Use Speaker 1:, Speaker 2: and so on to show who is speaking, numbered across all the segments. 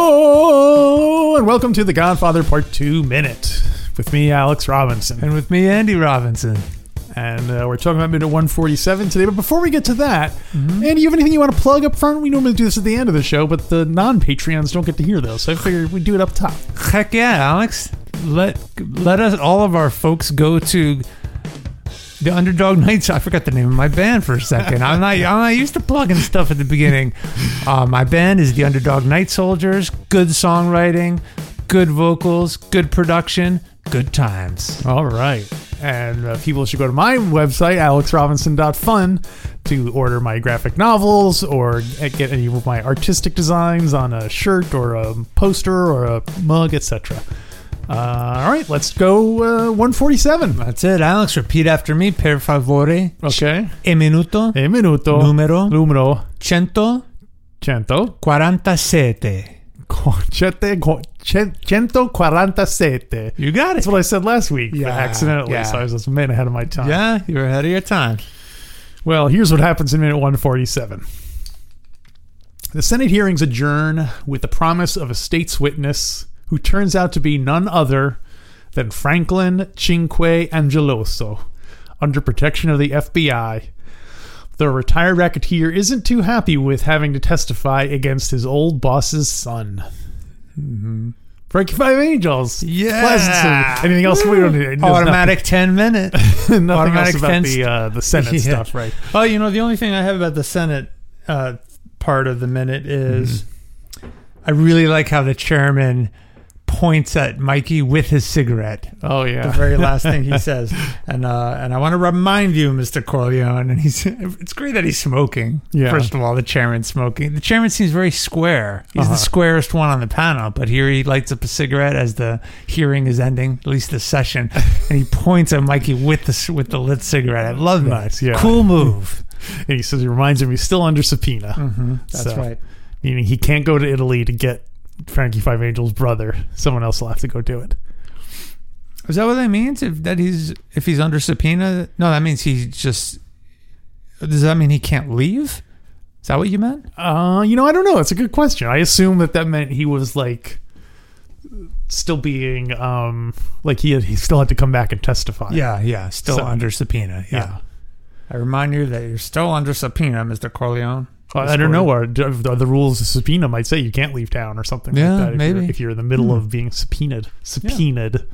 Speaker 1: Hello and welcome to the Godfather Part 2 Minute with me, Alex Robinson.
Speaker 2: And with me, Andy Robinson.
Speaker 1: And uh, we're talking about minute 147 today. But before we get to that, Andy, you have anything you want to plug up front? We normally do this at the end of the show, but the non Patreons don't get to hear those. So I figured we'd do it up top.
Speaker 2: Heck yeah, Alex. Let let us all of our folks go to the Underdog Nights. I forgot the name of my band for a second. I'm not I'm not used to plugging stuff at the beginning. Uh, my band is the Underdog Night Soldiers. Good songwriting, good vocals, good production, good times.
Speaker 1: All right. And uh, people should go to my website, alexrobinson.fun, to order my graphic novels or get any of my artistic designs on a shirt or a poster or a mug, etc. Uh, all right, let's go uh, 147.
Speaker 2: That's it, Alex. Repeat after me, per favore.
Speaker 1: Okay.
Speaker 2: E minuto
Speaker 1: E minuto.
Speaker 2: numero
Speaker 1: Numero
Speaker 2: cento
Speaker 1: cento.
Speaker 2: quarantasette.
Speaker 1: Cente, cen- 147.
Speaker 2: You got it.
Speaker 1: That's what I said last week,
Speaker 2: Yeah,
Speaker 1: but accidentally,
Speaker 2: yeah.
Speaker 1: so I was just a minute ahead of my time.
Speaker 2: Yeah, you're ahead of your time.
Speaker 1: Well, here's what happens in minute 147. The Senate hearings adjourn with the promise of a state's witness who turns out to be none other than Franklin Cinque Angeloso, under protection of the FBI. The retired racketeer isn't too happy with having to testify against his old boss's son. Frankie Five Angels.
Speaker 2: Mm-hmm. Yeah.
Speaker 1: Pleasant. Anything else? We don't need. there's
Speaker 2: Automatic 10 minute.
Speaker 1: Nothing, nothing else
Speaker 2: automatic
Speaker 1: about
Speaker 2: fence-
Speaker 1: the uh, the Senate
Speaker 2: Yeah.
Speaker 1: stuff, right?
Speaker 2: oh, you know, the only thing I have about the Senate uh, part of the minute
Speaker 1: Mm-hmm.
Speaker 2: is I really like how the chairman points at Mikey with his cigarette.
Speaker 1: Oh yeah.
Speaker 2: The very last thing he says, and uh, and I want to remind you, Mr. Corleone, and he's it's great that he's smoking.
Speaker 1: Yeah.
Speaker 2: First of all, the chairman's smoking. The chairman seems very square. He's
Speaker 1: Uh-huh.
Speaker 2: the squarest one on the panel, but here he lights up a cigarette as the hearing is ending, at least the session, and he points at Mikey with the with the lit cigarette. I love that.
Speaker 1: Nice, yeah.
Speaker 2: Cool move.
Speaker 1: And he says he reminds him he's still under subpoena,
Speaker 2: Mm.
Speaker 1: So- meaning he can't go to Italy to get Frankie Five Angels' brother. Someone else will have to go do it.
Speaker 2: Is that what that means? If that he's if he's under subpoena? No, that means he's just. Does that mean he can't leave? Is that what you meant?
Speaker 1: Uh, you know, I don't know. It's a good question. I assume that that meant he was like still being, um, like he he still had to come back and testify.
Speaker 2: Yeah, yeah, still
Speaker 1: So-
Speaker 2: under subpoena. Yeah.
Speaker 1: yeah.
Speaker 2: I remind you that you're still under subpoena, Mr. Corleone.
Speaker 1: Well, I don't know. Or the the rules of subpoena might say you can't leave town or something
Speaker 2: Yeah,
Speaker 1: like that. If You're,
Speaker 2: maybe. Hmm.
Speaker 1: if you're in the middle of being subpoenaed, subpoenaed.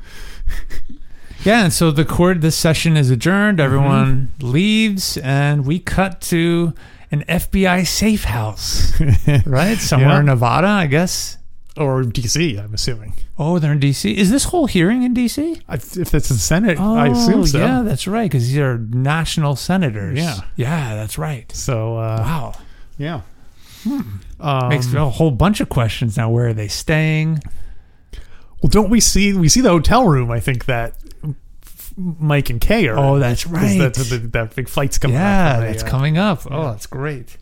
Speaker 2: Yeah, and so the court this session is adjourned, everyone leaves, and we cut to an FBI safe house. right? Somewhere
Speaker 1: Yeah.
Speaker 2: in Nevada, I guess.
Speaker 1: Or DC, I'm assuming.
Speaker 2: Oh, they're in DC. Is this whole hearing in DC?
Speaker 1: I, if that's the Senate,
Speaker 2: Oh,
Speaker 1: I assume so.
Speaker 2: yeah, that's right, because these are national senators.
Speaker 1: Yeah.
Speaker 2: Yeah, that's right.
Speaker 1: So, um, uh,
Speaker 2: Wow.
Speaker 1: yeah.
Speaker 2: Hmm. Makes a whole bunch of questions now. Where are they staying?
Speaker 1: Well, don't we see we see the hotel room? I think that Mike and Kay are.
Speaker 2: Oh, that's
Speaker 1: 'cause
Speaker 2: right.
Speaker 1: That's the, that big fight's coming.
Speaker 2: Yeah,
Speaker 1: up and they,
Speaker 2: that's
Speaker 1: uh,
Speaker 2: coming up. Oh, that's great.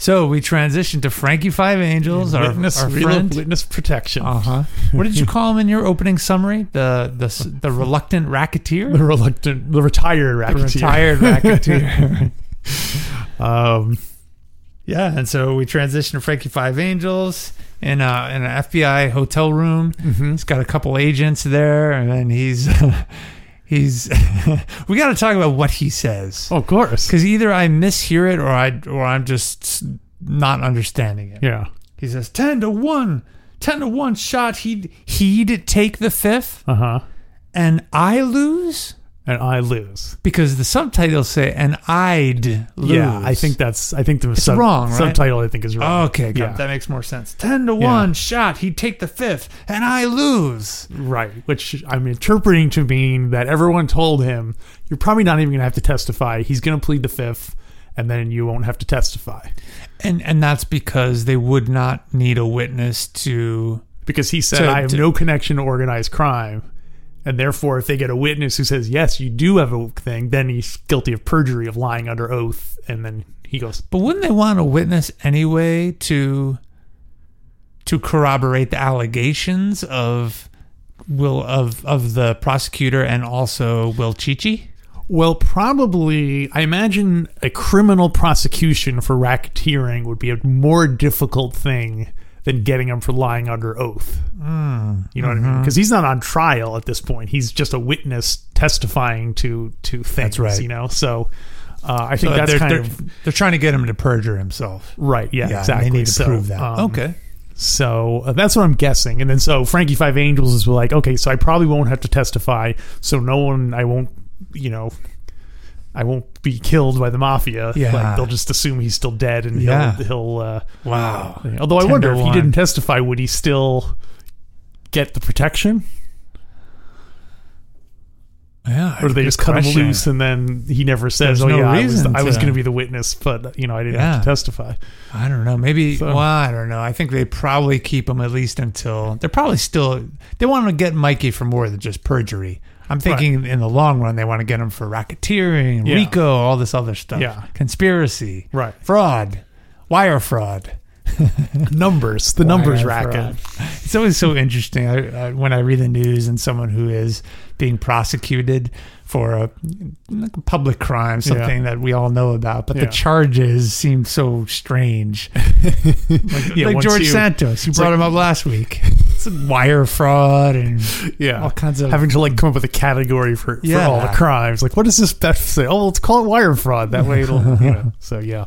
Speaker 2: So we transition to Frankie Five Angels, our,
Speaker 1: Witness,
Speaker 2: our
Speaker 1: real-
Speaker 2: friend.
Speaker 1: witness protection.
Speaker 2: Uh huh. What did you call him in your opening summary? The the s- the reluctant racketeer,
Speaker 1: The reluctant, the retired
Speaker 2: The
Speaker 1: racketeer.
Speaker 2: retired racketeer.
Speaker 1: Um,
Speaker 2: yeah, and so we transition to Frankie Five Angels in a, in an FBI hotel room. He's got a couple agents there, and then he's he's. we got to talk about what he says
Speaker 1: of course.
Speaker 2: because either I mishear it or I or I'm just not understanding it.
Speaker 1: Yeah.
Speaker 2: He says 10 to 1. 10 to 1 shot he'd he'd take the fifth
Speaker 1: Uh huh.
Speaker 2: and I lose
Speaker 1: And I lose.
Speaker 2: because the subtitles say and I'd lose.
Speaker 1: Yeah, I think that's. I think the
Speaker 2: It's
Speaker 1: sub-
Speaker 2: wrong, right?
Speaker 1: subtitle. I think is wrong.
Speaker 2: Okay, got
Speaker 1: Yeah.
Speaker 2: it. that makes more sense. 10 to 1 shot he'd take the fifth and I lose.
Speaker 1: Right, which I'm interpreting to mean that everyone told him, you're probably not even going to have to testify. He's going to plead the fifth, and then you won't have to testify.
Speaker 2: And and that's because they would not need a witness to
Speaker 1: Because he said,
Speaker 2: To-
Speaker 1: I have
Speaker 2: to-
Speaker 1: no connection to organized crime. And therefore, if they get a witness who says, yes, you do have a thing, then he's guilty of perjury, of lying under oath. And then he goes,
Speaker 2: But wouldn't they want a witness anyway to to corroborate the allegations of Will of of the prosecutor and also Will Chichi?
Speaker 1: Well, probably, I imagine a criminal prosecution for racketeering would be a more difficult thing than getting him for lying under oath.
Speaker 2: Mm,
Speaker 1: you know
Speaker 2: mm-hmm.
Speaker 1: what I mean? Because he's not on trial at this point; he's just a witness testifying to to things.
Speaker 2: right.
Speaker 1: You know, so uh, I think
Speaker 2: So
Speaker 1: that's
Speaker 2: they're,
Speaker 1: kind
Speaker 2: they're,
Speaker 1: of
Speaker 2: they're trying to get him to perjure himself.
Speaker 1: right. Yeah,
Speaker 2: Yeah,
Speaker 1: exactly.
Speaker 2: They need to
Speaker 1: So,
Speaker 2: prove that.
Speaker 1: um,
Speaker 2: okay.
Speaker 1: so uh, that's what I'm guessing. And then so Frankie Five Angels is like, okay, so I probably won't have to testify. So no one, I won't, you know, I won't be killed by the mafia.
Speaker 2: Yeah.
Speaker 1: Like, they'll just assume he's still dead, and he'll,
Speaker 2: Yeah.
Speaker 1: he'll. Uh,
Speaker 2: Wow.
Speaker 1: although I
Speaker 2: Ten
Speaker 1: wonder
Speaker 2: to
Speaker 1: if he
Speaker 2: one.
Speaker 1: didn't testify, would he still get the protection,
Speaker 2: Yeah.
Speaker 1: or do they
Speaker 2: good
Speaker 1: just cut
Speaker 2: question.
Speaker 1: him loose and then he never says,
Speaker 2: There's
Speaker 1: "Oh
Speaker 2: no
Speaker 1: yeah, I was,
Speaker 2: reason
Speaker 1: I was
Speaker 2: to-
Speaker 1: going to be the witness, but you know, I didn't have
Speaker 2: Yeah.
Speaker 1: to testify."
Speaker 2: I don't know. Maybe.
Speaker 1: So-
Speaker 2: well, I don't know. I think they probably keep him at least until they're probably still. They want to get Mikey for more than just perjury. I'm thinking in the long run they want to get him for racketeering,
Speaker 1: Yeah.
Speaker 2: RICO, all this other stuff.
Speaker 1: Yeah.
Speaker 2: Conspiracy,
Speaker 1: Right.
Speaker 2: fraud, wire fraud.
Speaker 1: numbers, the numbers racket.
Speaker 2: It's always so interesting I, I, when I read the news and someone who is being prosecuted for a, like a public crime,
Speaker 1: Yeah.
Speaker 2: something that we all know about, but
Speaker 1: Yeah.
Speaker 2: the charges seem so strange. like
Speaker 1: Yeah,
Speaker 2: like
Speaker 1: once
Speaker 2: George
Speaker 1: you-
Speaker 2: Santos, you
Speaker 1: it's
Speaker 2: brought
Speaker 1: like-
Speaker 2: him up last week. It's wire fraud and
Speaker 1: Yeah,
Speaker 2: all kinds of.
Speaker 1: having to like come up with a category for, for
Speaker 2: Yeah.
Speaker 1: all the crimes. Like, what does this Beth say? Oh, let's call it wire fraud. That way it'll, you know. So, yeah.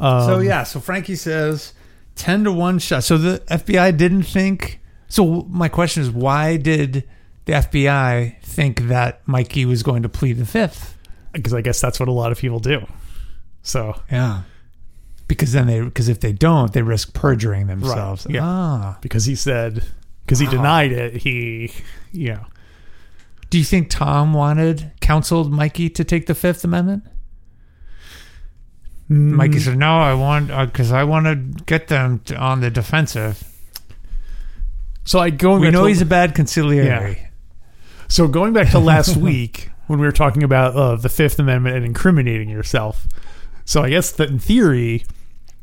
Speaker 1: Um,
Speaker 2: so yeah, so Frankie says ten to one shot. So the FBI didn't think. So my question is, why did the FBI think that Mikey was going to plead the fifth?
Speaker 1: Because I guess that's what a lot of people do. So,
Speaker 2: Yeah. Because then they, because if they don't, they risk perjuring themselves.
Speaker 1: yeah.
Speaker 2: Ah.
Speaker 1: because he said, because he
Speaker 2: Wow.
Speaker 1: denied it, he, you know,
Speaker 2: Do you think Tom wanted counseled Mikey to take the Fifth Amendment? Mm. Mikey said, "No, I want because I want to get them to, on the defensive.
Speaker 1: So I going.
Speaker 2: We
Speaker 1: back
Speaker 2: know
Speaker 1: to-
Speaker 2: he's a bad conciliary.
Speaker 1: So going back to last week when we were talking about uh, the Fifth Amendment and incriminating yourself. So I guess that in theory,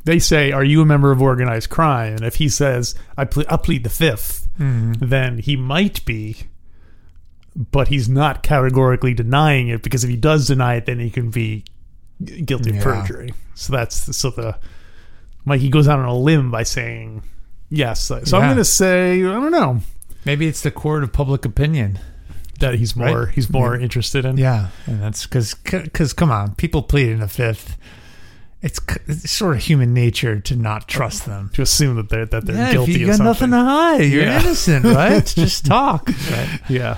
Speaker 1: they say, "Are you a member of organized crime?" And if he says, "I ple- I plead the 5th
Speaker 2: Mm-hmm.
Speaker 1: then he might be, but he's not categorically denying it because if he does deny it, then he can be guilty of
Speaker 2: Yeah.
Speaker 1: perjury. So that's so the Mikey goes out on a limb by saying yes. So I'm
Speaker 2: Yeah.
Speaker 1: going to say I don't know
Speaker 2: Maybe it's the court of public opinion.
Speaker 1: that he's
Speaker 2: Right?
Speaker 1: more he's more interested in
Speaker 2: Yeah, and that's because because come on, people pleading the Fifth. It's, c- it's sort of human nature to not trust them.
Speaker 1: to assume that they're that they're
Speaker 2: Yeah, if
Speaker 1: guilty
Speaker 2: you
Speaker 1: of
Speaker 2: got
Speaker 1: something.
Speaker 2: nothing to hide, you're
Speaker 1: Yeah.
Speaker 2: innocent, right? Just talk. Right.
Speaker 1: yeah.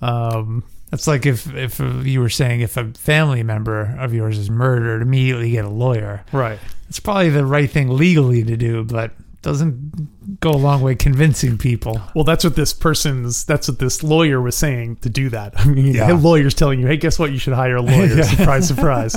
Speaker 1: Um,
Speaker 2: That's like if if you were saying if a family member of yours is murdered, immediately get a lawyer.
Speaker 1: right.
Speaker 2: It's probably the right thing legally to do, but doesn't go a long way convincing people.
Speaker 1: Well, that's what this person's that's what this lawyer was saying to do that. I mean,
Speaker 2: Yeah.
Speaker 1: the lawyer's telling you, "Hey, guess what? You should hire a lawyer." Surprise, surprise.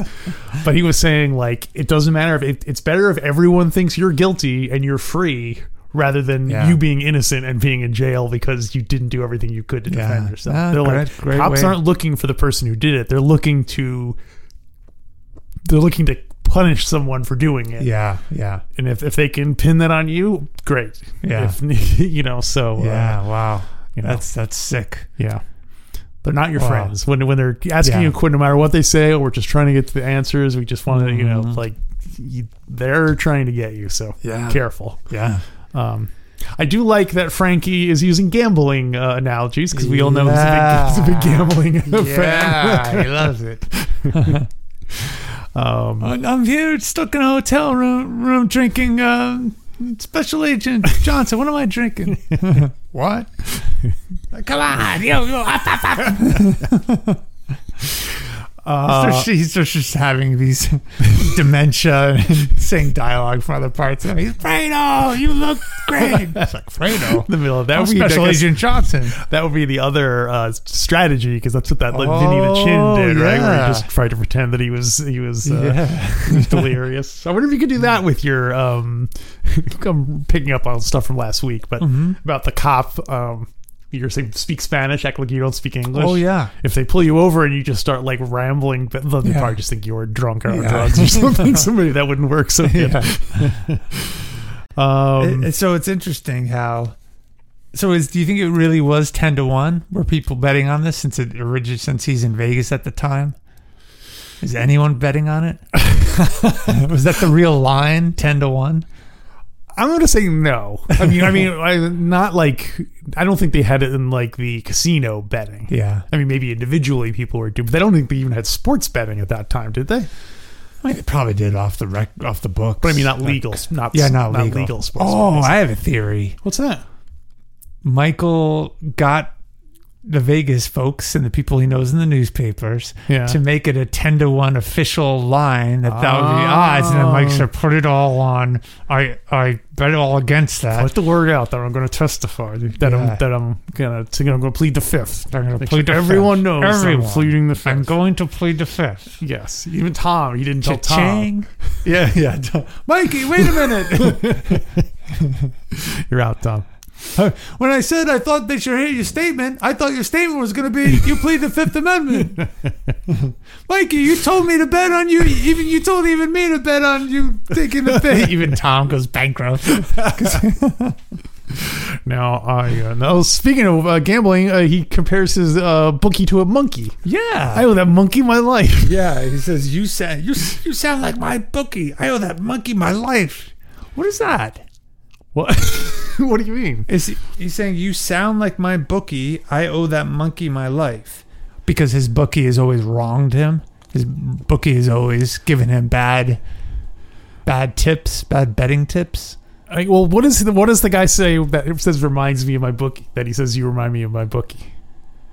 Speaker 1: But he was saying like it doesn't matter if it, it's better if everyone thinks you're guilty and you're free rather than
Speaker 2: Yeah.
Speaker 1: you being innocent and being in jail because you didn't do everything you could to
Speaker 2: Yeah.
Speaker 1: defend yourself.
Speaker 2: Ah,
Speaker 1: They're
Speaker 2: great-
Speaker 1: like
Speaker 2: great
Speaker 1: cops
Speaker 2: way.
Speaker 1: aren't looking for the person who did it. They're looking to they're looking to punish someone for doing it.
Speaker 2: Yeah, yeah,
Speaker 1: and if, if they can pin that on you, great.
Speaker 2: Yeah.
Speaker 1: If, you know, so uh,
Speaker 2: yeah. wow,
Speaker 1: you know,
Speaker 2: that's that's sick.
Speaker 1: yeah. They're not your
Speaker 2: Wow.
Speaker 1: friends when when they're asking
Speaker 2: Yeah.
Speaker 1: you, quit, no matter what they say. We're just trying to get to the answers. We just want to, you know,
Speaker 2: Mhm.
Speaker 1: like you, they're trying to get you. So
Speaker 2: Yeah.
Speaker 1: careful.
Speaker 2: Yeah,
Speaker 1: Um, I do like that Frankie is using gambling uh, analogies because we all know he's, a big, he's a
Speaker 2: Yeah.
Speaker 1: big gambling fan.
Speaker 2: he loves it.
Speaker 1: Um,
Speaker 2: I'm I'm here stuck in a hotel room, room drinking. Um, Special Agent Johnson, what am I drinking? what? Come on, yo, yo, up, up, up.
Speaker 1: uh,
Speaker 2: He's just- he's just, just having these dementia and saying dialogue from other parts of him. He's Fredo, you look great. It's like Fredo.
Speaker 1: in the middle of that
Speaker 2: I'm
Speaker 1: would be
Speaker 2: Special
Speaker 1: I guess,
Speaker 2: Agent Johnson.
Speaker 1: that would be the other uh, strategy because that's what that like, Vinny the
Speaker 2: Oh,
Speaker 1: Chin did, right? Where
Speaker 2: yeah.
Speaker 1: he just tried to pretend that he was he was uh,
Speaker 2: yeah.
Speaker 1: It's delirious. I wonder if you could do that with your. Um,
Speaker 2: Mm-hmm.
Speaker 1: I'm picking up on stuff from last week, but about the cop um, You're saying speak Spanish, act like you don't speak English.
Speaker 2: Oh, yeah.
Speaker 1: If they pull you over and you just start like rambling, but they'll
Speaker 2: Yeah.
Speaker 1: probably just think you were drunk or on
Speaker 2: Yeah.
Speaker 1: drugs or something. so maybe that wouldn't work. So yeah. Um,
Speaker 2: It- it- so it's interesting how. So is do you think it really was ten to one? Were people betting on this since it originated since he's in Vegas at the time? Is anyone betting on it? was that the real line ten to one?
Speaker 1: I'm gonna say no. I mean, I mean, I, not like I don't think they had it in like the casino betting.
Speaker 2: Yeah,
Speaker 1: I mean, maybe individually people were doing, but I don't think they even had sports betting at that time, did they?
Speaker 2: I mean, they probably did off the rec- off the books.
Speaker 1: But I mean, not legal, not
Speaker 2: Yeah, not, legal.
Speaker 1: sports.
Speaker 2: oh,
Speaker 1: betting.
Speaker 2: I have a theory.
Speaker 1: what's that?
Speaker 2: Michael got the Vegas folks and the people he knows in the newspapers
Speaker 1: Yeah.
Speaker 2: to make it a 10 to 1 official line that that
Speaker 1: Oh.
Speaker 2: would be odds. And then Mike said, put it all on. I, I bet it all against that.
Speaker 1: Let the word out that I'm going to testify that
Speaker 2: Yeah.
Speaker 1: I'm that I'm gonna I'm going to plead the fifth.
Speaker 2: I'm going to
Speaker 1: Make
Speaker 2: plead
Speaker 1: sure
Speaker 2: the
Speaker 1: everyone
Speaker 2: fifth.
Speaker 1: knows that
Speaker 2: Everyone.
Speaker 1: I'm pleading the fifth.
Speaker 2: I'm going to plead the fifth.
Speaker 1: yes, even Tom. He didn't tell Tom.
Speaker 2: Cha-ching.
Speaker 1: Yeah, yeah. Tom-
Speaker 2: Mikey, wait a minute.
Speaker 1: You're out, Tom.
Speaker 2: when I said I thought they should hear your statement, I thought your statement was going to be you plead the Fifth Amendment. Mikey, you told me to bet on you. Even you told even me to bet on you taking the fifth. even Tom goes bankrupt.
Speaker 1: Now, I uh, no. Speaking of uh, gambling, uh, he compares his uh, bookie to a monkey. I
Speaker 2: Yeah.
Speaker 1: owe that monkey my life.
Speaker 2: yeah, he says you sound you you sound like my bookie. I owe that monkey my life. What is that?
Speaker 1: What? what do you mean?
Speaker 2: Is he, he's saying you sound like my bookie? I owe that monkey my life because his bookie has always wronged him. His bookie has always given him bad, bad tips, bad betting tips.
Speaker 1: I, well, what is the, what does the guy say that it says reminds me of my bookie? That he says you remind me of my bookie,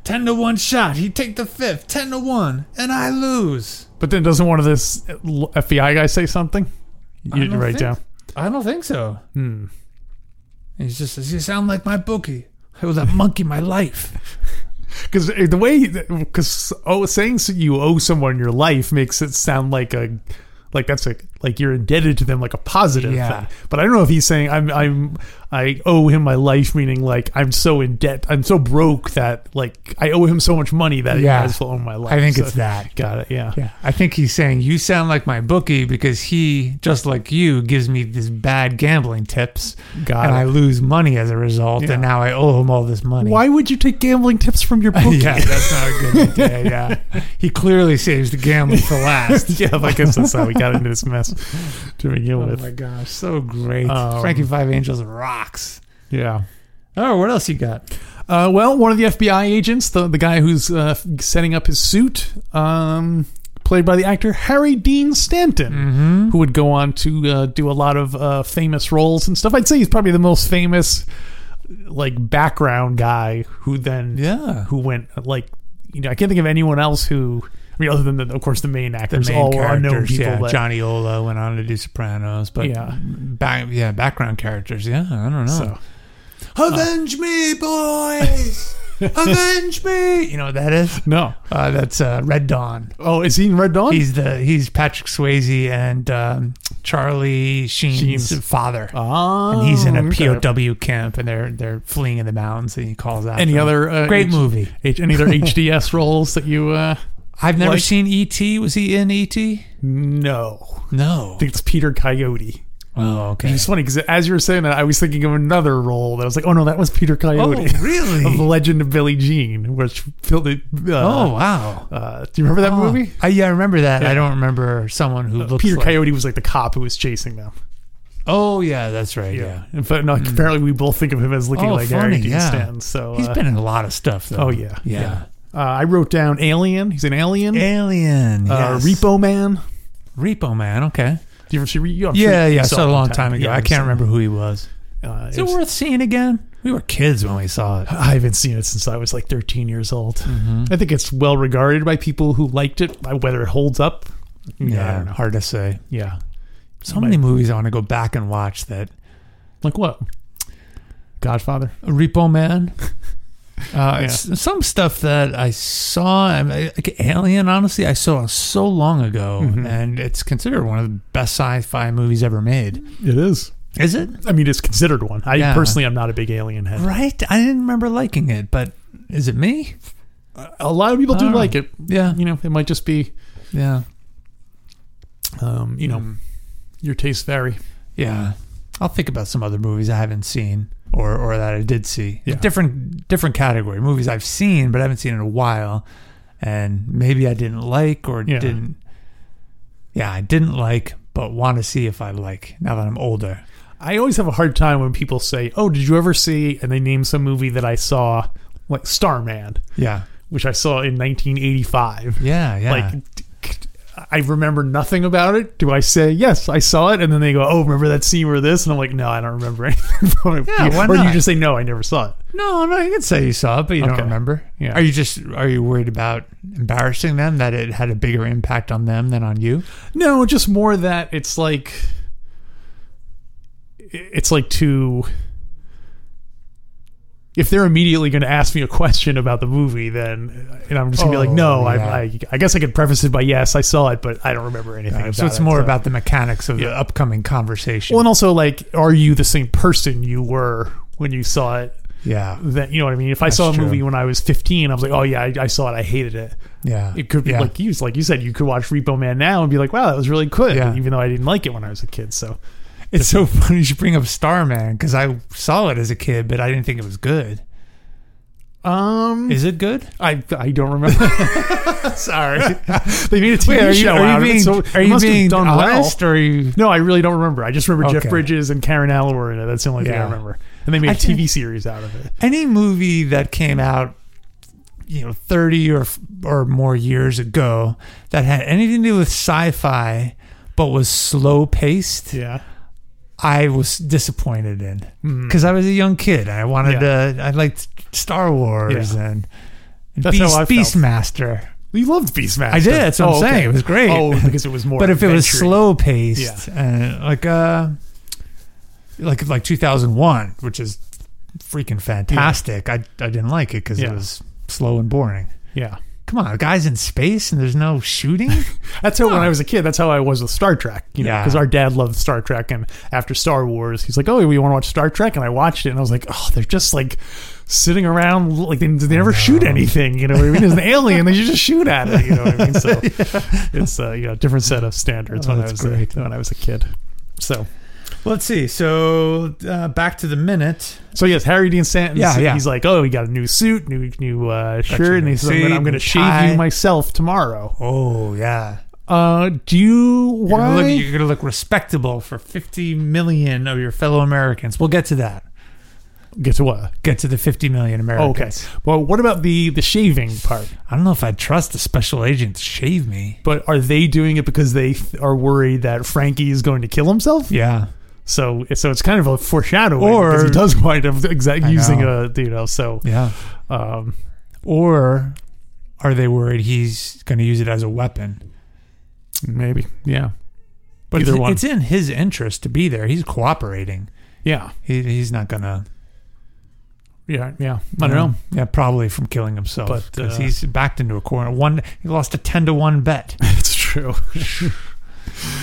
Speaker 2: Ten to one shot. He take the fifth. Ten to one, and I lose.
Speaker 1: but then doesn't one of this FBI guy say something? You didn't
Speaker 2: don't
Speaker 1: write
Speaker 2: think-
Speaker 1: down.
Speaker 2: I don't think so.
Speaker 1: Hmm.
Speaker 2: He's just says you sound like my bookie. I owe that monkey my life.
Speaker 1: Because the way, because oh, saying so you owe someone your life makes it sound like a, like that's a like you're indebted to them like a positive
Speaker 2: Yeah.
Speaker 1: thing. But I don't know if he's saying I'm I'm I owe him my life, meaning like I'm so in debt, I'm so broke that like I owe him so much money that
Speaker 2: Yeah.
Speaker 1: he has to own my life.
Speaker 2: I think
Speaker 1: So-
Speaker 2: it's that.
Speaker 1: Got it. Yeah.
Speaker 2: Yeah, I think he's saying you sound like my bookie because he, just like you, gives me these bad gambling tips,
Speaker 1: Got
Speaker 2: and
Speaker 1: it.
Speaker 2: I lose money as a result,
Speaker 1: Yeah.
Speaker 2: and now I owe him all this money.
Speaker 1: Why would you take gambling tips from your bookie?
Speaker 2: Yeah, that's not a good idea. Yeah, he clearly saves the gambling for last.
Speaker 1: yeah. I guess that's how we got into this mess to begin
Speaker 2: oh
Speaker 1: with.
Speaker 2: my gosh, so great!
Speaker 1: Um,
Speaker 2: Frankie Five Angels rocks.
Speaker 1: Yeah.
Speaker 2: Oh, what else you got?
Speaker 1: Uh, well, one of the FBI agents, the, the guy who's uh, f- setting up his suit, um, played by the actor Harry Dean Stanton,
Speaker 2: Mm-hmm.
Speaker 1: who would go on to uh, do a lot of uh, famous roles and stuff. I'd say he's probably the most famous, like background guy who then
Speaker 2: Yeah,
Speaker 1: who went like you know I can't think of anyone else who I mean other than the, of course the main
Speaker 2: the
Speaker 1: actors
Speaker 2: main
Speaker 1: all
Speaker 2: characters.
Speaker 1: unknown people.
Speaker 2: yeah,
Speaker 1: that-
Speaker 2: Johnny Ola went on to do Sopranos, but
Speaker 1: Yeah.
Speaker 2: back, yeah, background characters. Yeah, I don't know.
Speaker 1: so.
Speaker 2: Avenge me, boys! Avenge me! You know what that is?
Speaker 1: No.
Speaker 2: Uh, that's uh, Red Dawn.
Speaker 1: Oh, is he in Red Dawn?
Speaker 2: He's the he's Patrick Swayze and um, Charlie Sheen's,
Speaker 1: Sheen's.
Speaker 2: father.
Speaker 1: Ah,
Speaker 2: and he's in a
Speaker 1: okay.
Speaker 2: POW camp, and they're they're fleeing in the mountains, and he calls out.
Speaker 1: Any
Speaker 2: to them.
Speaker 1: other uh,
Speaker 2: great
Speaker 1: H-
Speaker 2: movie?
Speaker 1: H- any other HDS roles that you? uh
Speaker 2: I've never
Speaker 1: Like-
Speaker 2: seen E.T. Was he in E.T.?
Speaker 1: No.
Speaker 2: No.
Speaker 1: I think it's Peter Coyote.
Speaker 2: Oh, okay.
Speaker 1: It's funny because as you were saying that, I was thinking of another role that I was like, oh no, that was Peter Coyote. of The
Speaker 2: Oh, really?
Speaker 1: Legend of Billy Jean, which filled it.
Speaker 2: Oh,
Speaker 1: Uh,
Speaker 2: wow. Oh,
Speaker 1: Uh, do you remember that movie?
Speaker 2: I, yeah, I remember that.
Speaker 1: Yeah. Uh,
Speaker 2: I don't remember someone who looks
Speaker 1: Peter
Speaker 2: like.
Speaker 1: Coyote was like the cop who was chasing them.
Speaker 2: Oh, yeah, that's right. yeah. Hmm.
Speaker 1: In fact, no, apparently we both think of him as looking
Speaker 2: Oh,
Speaker 1: like
Speaker 2: funny,
Speaker 1: Harry Dean
Speaker 2: yeah.
Speaker 1: Stanton. So
Speaker 2: He's
Speaker 1: uh,
Speaker 2: been in a lot of stuff, though.
Speaker 1: Oh, yeah,
Speaker 2: yeah.
Speaker 1: uh, I wrote down Alien. He's an alien.
Speaker 2: Alien,
Speaker 1: uh,
Speaker 2: yes.
Speaker 1: Repo Man.
Speaker 2: Repo Man. Okay.
Speaker 1: Do you ever see? Re- you- I'm sure
Speaker 2: Yeah,
Speaker 1: you
Speaker 2: yeah. I
Speaker 1: it
Speaker 2: saw it a long time ago.
Speaker 1: Yeah,
Speaker 2: I
Speaker 1: I've
Speaker 2: can't
Speaker 1: seen
Speaker 2: remember who he was.
Speaker 1: it. Uh,
Speaker 2: Is
Speaker 1: it
Speaker 2: it
Speaker 1: was-
Speaker 2: worth seeing again? We were kids when we saw it.
Speaker 1: I haven't seen it since I was like 13 years old.
Speaker 2: Mm-hmm.
Speaker 1: I think it's well regarded by people who liked it. By Whether it holds up, yeah, I don't know.
Speaker 2: hard to say.
Speaker 1: yeah.
Speaker 2: So many movies I want to go back and watch. That
Speaker 1: Like what? Godfather.
Speaker 2: Repo Man. Uh, s- Some stuff that I saw, I mean, like Alien. Honestly, I saw it Mm-hmm. so long ago, and it's considered one of the best sci-fi movies ever made.
Speaker 1: It is.
Speaker 2: Is it
Speaker 1: I mean, it's considered one. I
Speaker 2: Yeah.
Speaker 1: personally am not a big alien head.
Speaker 2: right? I didn't remember liking it, but is it me?
Speaker 1: A lot of people do
Speaker 2: I don't
Speaker 1: like it.
Speaker 2: Yeah,
Speaker 1: You know, it might just be,
Speaker 2: yeah,
Speaker 1: um, you know,
Speaker 2: Mm.
Speaker 1: your tastes vary.
Speaker 2: yeah. I'll think about some other movies I haven't seen or or that I did see.
Speaker 1: Yeah.
Speaker 2: Different different category movies I've seen but I haven't seen in a while, and maybe I didn't like or
Speaker 1: Yeah.
Speaker 2: didn't. Yeah, I didn't like, but want to see if I like now that I'm older.
Speaker 1: I always have a hard time when people say, "Oh, did you ever see?" and they name some movie that I saw, like Starman,
Speaker 2: Yeah,
Speaker 1: which I saw in 1985.
Speaker 2: yeah, yeah.
Speaker 1: Like, d- c- I remember nothing about it. Do I say yes? I saw it, and then they go, "Oh, remember that scene where this?" and I'm like, "No, I don't remember anything." From it.
Speaker 2: Yeah, why
Speaker 1: or you
Speaker 2: not?
Speaker 1: just say, "No, I never saw it."
Speaker 2: No, no, you can say you saw it, but you
Speaker 1: Okay.
Speaker 2: don't remember.
Speaker 1: Yeah.
Speaker 2: Are you just are you worried about embarrassing them that it had a bigger impact on them than on you?
Speaker 1: No, just more that it's like it's like to if they're immediately going to ask me a question about the movie, then and I'm just gonna be like,
Speaker 2: Oh,
Speaker 1: no,
Speaker 2: yeah.
Speaker 1: I, I, I guess I could preface it by yes, I saw it, but I don't remember anything. about
Speaker 2: so it's
Speaker 1: it,
Speaker 2: more about the mechanics of
Speaker 1: Yeah.
Speaker 2: the upcoming conversation.
Speaker 1: well, and also like, are you the same person you were when you saw it?
Speaker 2: yeah,
Speaker 1: That you know what I mean. If I
Speaker 2: That's
Speaker 1: saw a
Speaker 2: true.
Speaker 1: movie when I was 15, I was like, oh yeah, I, I saw it, I hated it.
Speaker 2: yeah.
Speaker 1: It could be
Speaker 2: yeah.
Speaker 1: like you, like you said, you could watch Repo Man now and be like, wow, that was really good,
Speaker 2: Yeah.
Speaker 1: even though I didn't like it when I was a kid. So
Speaker 2: it's so funny you should bring up Starman because I saw it as a kid, but I didn't think it was good.
Speaker 1: Um,
Speaker 2: Is it good?
Speaker 1: I I don't remember. Sorry, they made a TV
Speaker 2: Wait, are you,
Speaker 1: show
Speaker 2: are
Speaker 1: out
Speaker 2: you
Speaker 1: of it,
Speaker 2: being,
Speaker 1: so
Speaker 2: are
Speaker 1: it
Speaker 2: you
Speaker 1: must have
Speaker 2: being
Speaker 1: done
Speaker 2: honest
Speaker 1: well.
Speaker 2: or are you?
Speaker 1: No, I really don't remember. I just remember
Speaker 2: Okay.
Speaker 1: Jeff Bridges and Karen Allen were in it. That's the only thing I
Speaker 2: Yeah.
Speaker 1: remember. And they made
Speaker 2: I
Speaker 1: a
Speaker 2: think-
Speaker 1: TV series out of it.
Speaker 2: any movie that came out you know 30 or or more years ago that had anything to do with sci-fi but was slow paced
Speaker 1: Yeah,
Speaker 2: i was disappointed in
Speaker 1: Mm.
Speaker 2: because i was a young kid i wanted to i liked star wars
Speaker 1: Yeah.
Speaker 2: and
Speaker 1: That's how I felt.
Speaker 2: beastmaster
Speaker 1: we loved Beastmaster.
Speaker 2: i did that's what i'm
Speaker 1: Oh, okay.
Speaker 2: saying it was great
Speaker 1: Oh, because it was more.
Speaker 2: but if it was
Speaker 1: adventure-y.
Speaker 2: slow paced uh, like uh like like 2001 which is freaking fantastic i i didn't like it because
Speaker 1: Yeah.
Speaker 2: it was slow and boring
Speaker 1: yeah.
Speaker 2: come on a guy's in space and there's no shooting
Speaker 1: That's how when I was a kid, that's how I was with Star Trek. You know,
Speaker 2: Yeah.
Speaker 1: because our dad loved Star Trek, and after Star Wars, he's like, "Oh, we want to watch Star Trek," and I watched it, and I was like, "Oh, they're just like sitting around, like they, they never shoot anything." You know what I mean? It's an alien; they just shoot at it. You know what I mean? So it's uh, you know different set of standards
Speaker 2: Oh,
Speaker 1: when I
Speaker 2: that's
Speaker 1: was a,
Speaker 2: great.
Speaker 1: when I was a kid. So
Speaker 2: let's see so uh, back to the minute
Speaker 1: so yes, Harry Dean Stanton.
Speaker 2: Yeah, yeah.
Speaker 1: He's like, "Oh, he got a new suit, new new uh,
Speaker 2: your
Speaker 1: shirt," and
Speaker 2: new
Speaker 1: he says, "I'm gonna- "I'm
Speaker 2: suit,
Speaker 1: going
Speaker 2: new
Speaker 1: to shave
Speaker 2: tie."
Speaker 1: you myself tomorrow."
Speaker 2: oh yeah
Speaker 1: Uh, do you
Speaker 2: you're
Speaker 1: why?
Speaker 2: gonna, look, you're gonna look respectable for 50 million of your fellow americans we'll get to that
Speaker 1: Get to what?
Speaker 2: get to the 50 million
Speaker 1: Oh, Okay.
Speaker 2: americans
Speaker 1: Well, what about the the shaving part?
Speaker 2: i don't know if i'd trust a special agent to shave me
Speaker 1: But are they doing it because they th- are worried that Frankie is going to kill himself?
Speaker 2: yeah
Speaker 1: So so it's kind of a foreshadowing
Speaker 2: Or-
Speaker 1: because he does wind up exact
Speaker 2: I
Speaker 1: using
Speaker 2: know.
Speaker 1: a you know so
Speaker 2: yeah
Speaker 1: um,
Speaker 2: or are they worried he's going to use it as a weapon?
Speaker 1: maybe yeah.
Speaker 2: But
Speaker 1: Either
Speaker 2: it's,
Speaker 1: one.
Speaker 2: it's in his interest to be there. He's cooperating.
Speaker 1: Yeah.
Speaker 2: He, he's not going to.
Speaker 1: Yeah. Yeah. I don't know.
Speaker 2: Yeah, probably from killing himself.
Speaker 1: But,
Speaker 2: because
Speaker 1: uh,
Speaker 2: he's backed into a corner. One, he lost a ten to one bet.
Speaker 1: It's true.
Speaker 2: Uh,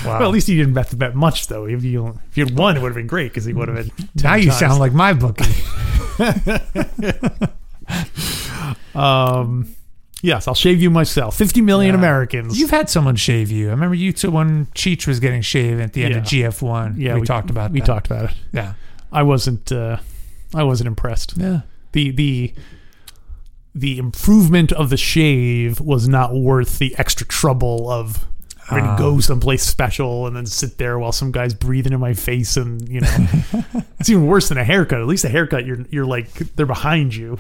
Speaker 2: Wow.
Speaker 1: Well, at least he didn't bet the bet much though. If you if you'd won, it would have been great because he would have been. 10
Speaker 2: now you
Speaker 1: times.
Speaker 2: sound like my bookie.
Speaker 1: Um, yes, I'll shave you myself. Fifty million
Speaker 2: Yeah.
Speaker 1: Americans.
Speaker 2: You've had someone shave you. I remember you two when Cheech was getting shaved at the end of
Speaker 1: Yeah.
Speaker 2: GF one.
Speaker 1: Yeah,
Speaker 2: we,
Speaker 1: we-
Speaker 2: talked about
Speaker 1: we
Speaker 2: that.
Speaker 1: talked about it.
Speaker 2: Yeah,
Speaker 1: Uh, I wasn't. Uh, I wasn't impressed.
Speaker 2: yeah.
Speaker 1: the the the improvement of the shave was not worth the extra trouble of having
Speaker 2: Ah.
Speaker 1: to go someplace special and then sit there while some guy's breathing in my face and you know it's even worse than a haircut. At least a haircut you're you're like they're behind you.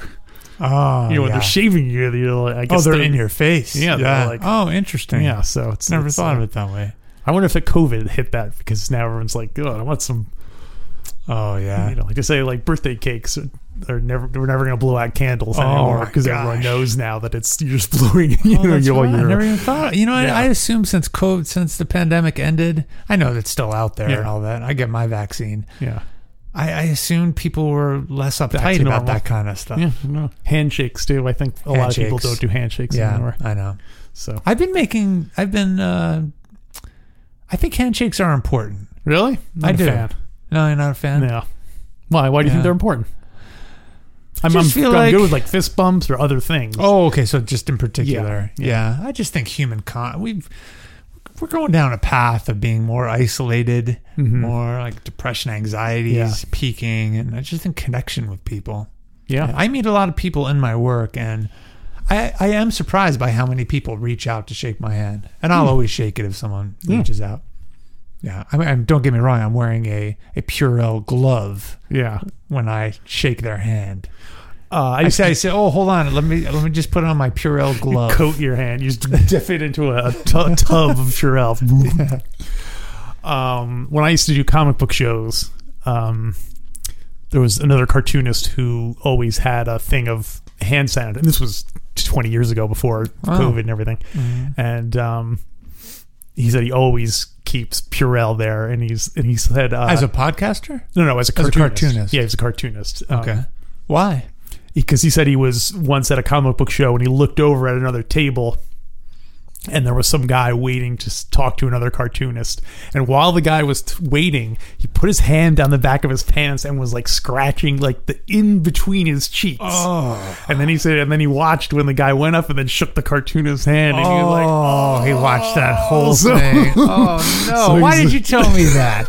Speaker 2: Oh,
Speaker 1: You know when
Speaker 2: yeah.
Speaker 1: they're shaving you, you're like I
Speaker 2: oh,
Speaker 1: guess
Speaker 2: they're in your face.
Speaker 1: Yeah, they're
Speaker 2: yeah.
Speaker 1: like-
Speaker 2: oh, interesting.
Speaker 1: yeah. So it's
Speaker 2: never
Speaker 1: it's,
Speaker 2: thought
Speaker 1: uh,
Speaker 2: of it that way.
Speaker 1: I wonder if the COVID hit that because now everyone's like, oh, I want some
Speaker 2: Oh, yeah.
Speaker 1: you know, like to say like birthday cakes are, are never we're never gonna blow out candles
Speaker 2: Oh
Speaker 1: anymore
Speaker 2: my
Speaker 1: because everyone
Speaker 2: gosh.
Speaker 1: knows now that it's you're just blowing you
Speaker 2: Oh,
Speaker 1: know
Speaker 2: that's
Speaker 1: your,
Speaker 2: right. I
Speaker 1: your
Speaker 2: never even thought. You know,
Speaker 1: Yeah.
Speaker 2: I, I assume since COVID, since the pandemic ended, I know that's still out there
Speaker 1: Yeah.
Speaker 2: and all that. I get my vaccine.
Speaker 1: yeah
Speaker 2: I, I assumed people were less
Speaker 1: Back
Speaker 2: uptight
Speaker 1: to
Speaker 2: about
Speaker 1: normal.
Speaker 2: that kind of stuff.
Speaker 1: yeah no. handshakes too. I think a lot of people
Speaker 2: Handshakes.
Speaker 1: don't do handshakes
Speaker 2: Yeah,
Speaker 1: anymore.
Speaker 2: I know.
Speaker 1: So
Speaker 2: I've been making. I've been. Uh, I think handshakes are important.
Speaker 1: really,
Speaker 2: I do. No, you're not a fan.
Speaker 1: Yeah. Why? Why do you
Speaker 2: Yeah.
Speaker 1: think they're important? I'm, I'm,
Speaker 2: Just feel
Speaker 1: I'm
Speaker 2: like-
Speaker 1: good with like fist bumps or other things.
Speaker 2: Oh, okay. So just in particular,
Speaker 1: Yeah,
Speaker 2: yeah. I just think human con we've we're going down a path of being more isolated,
Speaker 1: Mhm.
Speaker 2: more like depression, anxieties
Speaker 1: Yeah.
Speaker 2: peaking, and I just think connection with people.
Speaker 1: yeah.
Speaker 2: I meet a lot of people in my work, and I I am surprised by how many people reach out to shake my hand, and I'll always shake it if someone
Speaker 1: Hmm. Yeah.
Speaker 2: reaches out. Yeah, I mean, I'm- don't get me wrong. I'm wearing a a Purell glove
Speaker 1: yeah.
Speaker 2: when I shake their hand.
Speaker 1: Uh, I,
Speaker 2: I
Speaker 1: used
Speaker 2: say, I say, oh, hold on, let me let me just put on my Purell glove.
Speaker 1: to coat your hand. You just dip it into a, a tu- tub of Purell. Um, when I used to do comic book shows, um, there was another cartoonist who always had a thing of hand sanitizer. And this was 20 years ago before
Speaker 2: Wow.
Speaker 1: COVID and everything.
Speaker 2: Mm-hmm.
Speaker 1: And um, he said he always keeps Purell there. And he's and he said uh,
Speaker 2: As a podcaster?
Speaker 1: No, no, as a
Speaker 2: As a
Speaker 1: cartoonist.
Speaker 2: cartoonist.
Speaker 1: Yeah, he was a cartoonist. Um,
Speaker 2: Why?
Speaker 1: Because he said he was once at a comic book show and he looked over at another table and there was some guy waiting to s- talk to another cartoonist. And while the guy was t- waiting, he put his hand down the back of his pants and was like scratching like the in between his cheeks.
Speaker 2: Oh.
Speaker 1: And then he said, and then he watched when the guy went up and then shook the cartoonist's hand. And he was like,
Speaker 2: Oh, he watched that whole
Speaker 1: So-
Speaker 2: thing. Oh, no.
Speaker 1: So
Speaker 2: Why
Speaker 1: he's-
Speaker 2: did you tell me that?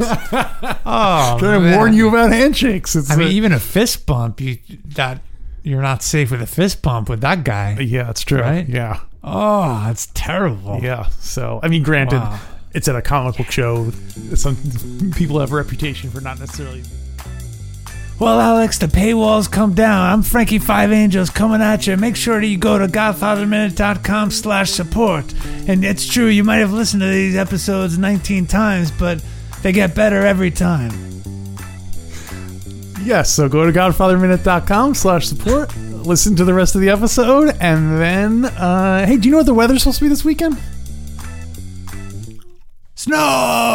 Speaker 2: oh,
Speaker 1: Did I
Speaker 2: man.
Speaker 1: warn you about handshakes? It's
Speaker 2: I mean,
Speaker 1: a-
Speaker 2: even a fist bump, you that you're not safe with a fist bump with that guy.
Speaker 1: yeah, it's true.
Speaker 2: Right?
Speaker 1: Yeah.
Speaker 2: Oh, that's terrible.
Speaker 1: Yeah. So, I mean, granted,
Speaker 2: Wow.
Speaker 1: it's at a comic book show. Some people have a reputation for not necessarily.
Speaker 2: Well, Alex, the paywalls come down. I'm Frankie Five Angels coming at you. Make sure that you go to godfatherminute.com slash support. And it's true, you might have listened to these episodes 19 times, but they get better every time.
Speaker 1: Yes. So go to godfatherminute.com slash support, listen to the rest of the episode, and then, uh, hey, do you know what the weather's supposed to be this weekend?
Speaker 2: Snow!